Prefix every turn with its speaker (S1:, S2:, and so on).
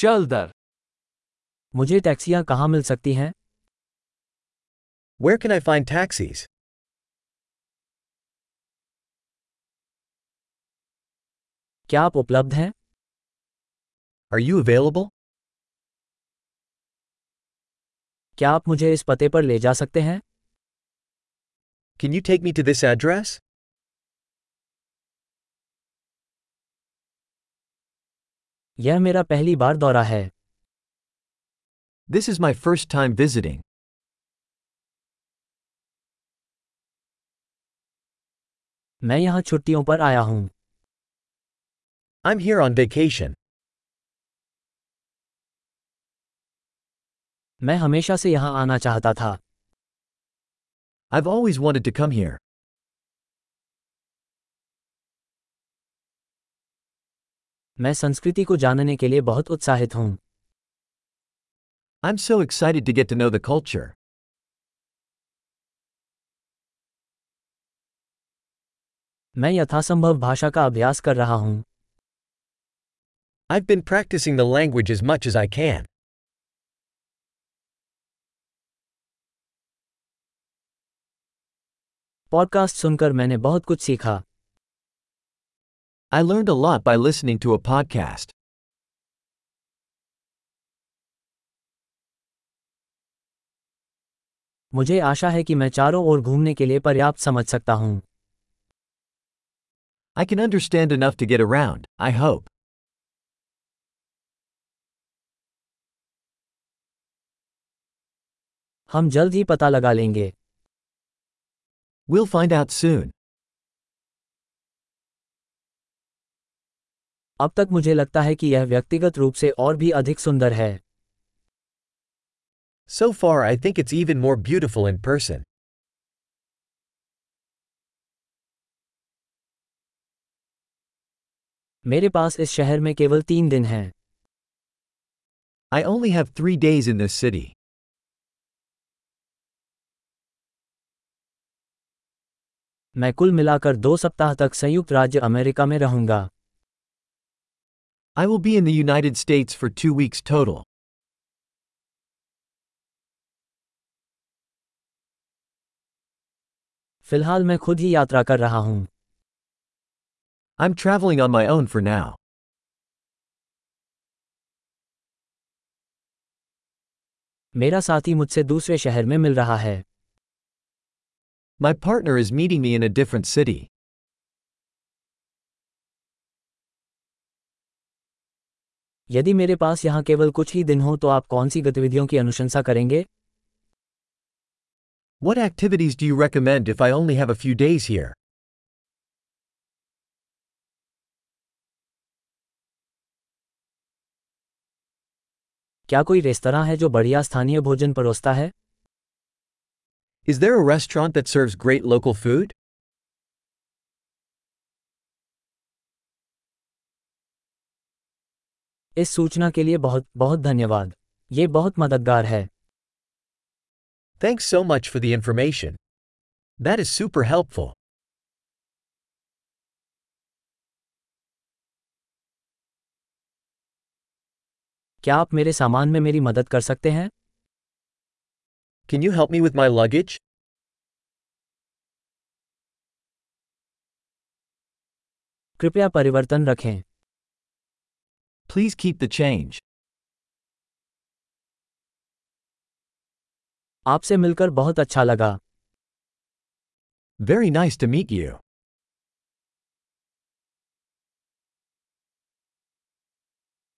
S1: चल दर
S2: मुझे टैक्सियाँ कहाँ मिल सकती हैं
S3: Where can I find taxis?
S2: क्या आप उपलब्ध हैं
S3: Are you available?
S2: क्या आप मुझे इस पते पर ले जा सकते हैं
S3: Can you take me to this address?
S2: यह मेरा पहली बार दौरा है
S3: This is my first time visiting.
S2: मैं यहाँ छुट्टियों पर आया हूँ
S3: I'm here on vacation.
S2: मैं हमेशा से यहाँ आना चाहता था
S3: I've always wanted to come here.
S2: मैं संस्कृति को जानने के लिए बहुत उत्साहित हूँ
S3: I'm so excited to get to know the culture.
S2: मैं यथासंभव भाषा का अभ्यास कर रहा हूँ
S3: I've been practicing the language as much as I can.
S2: Podcast सुनकर मैंने बहुत कुछ सीखा
S3: I learned a lot by listening to a podcast.
S2: मुझे आशा है कि मैं चारों ओर घूमने के लिए पर्याप्त समझ सकता हूँ
S3: I can understand enough to get around, I hope.
S2: हम जल्द ही पता लगा लेंगे
S3: We'll find out soon.
S2: अब तक मुझे लगता है कि यह व्यक्तिगत रूप से और भी अधिक सुंदर है
S3: So far, I think it's even more beautiful in person.
S2: मेरे पास इस शहर में केवल तीन दिन हैं
S3: I only have three days in this city.
S2: मैं कुल मिलाकर दो सप्ताह तक संयुक्त राज्य अमेरिका में रहूंगा
S3: I will be in the United States for two weeks total.
S2: फिलहाल मैं खुद ही यात्रा कर रहा हूँ
S3: I'm traveling on my own for now.
S2: मेरा साथी मुझसे दूसरे शहर में मिल रहा है
S3: My partner is meeting me in a different city.
S2: यदि मेरे पास यहाँ केवल कुछ ही दिन हो तो आप कौन सी गतिविधियों की अनुशंसा करेंगे
S3: What activities do you recommend if I only have a few days here?
S2: क्या कोई रेस्तरा है जो बढ़िया स्थानीय भोजन परोसता है
S3: Is there a restaurant that serves great local food?
S2: इस सूचना के लिए बहुत बहुत धन्यवाद ये बहुत मददगार है
S3: Thanks so much for the information. That is super helpful.
S2: क्या आप मेरे सामान में मेरी मदद कर सकते हैं
S3: Can you help me with my luggage?
S2: कृपया परिवर्तन रखें
S3: Please keep the change.
S2: आपसे मिलकर बहुत अच्छा लगा
S3: Very nice to meet you.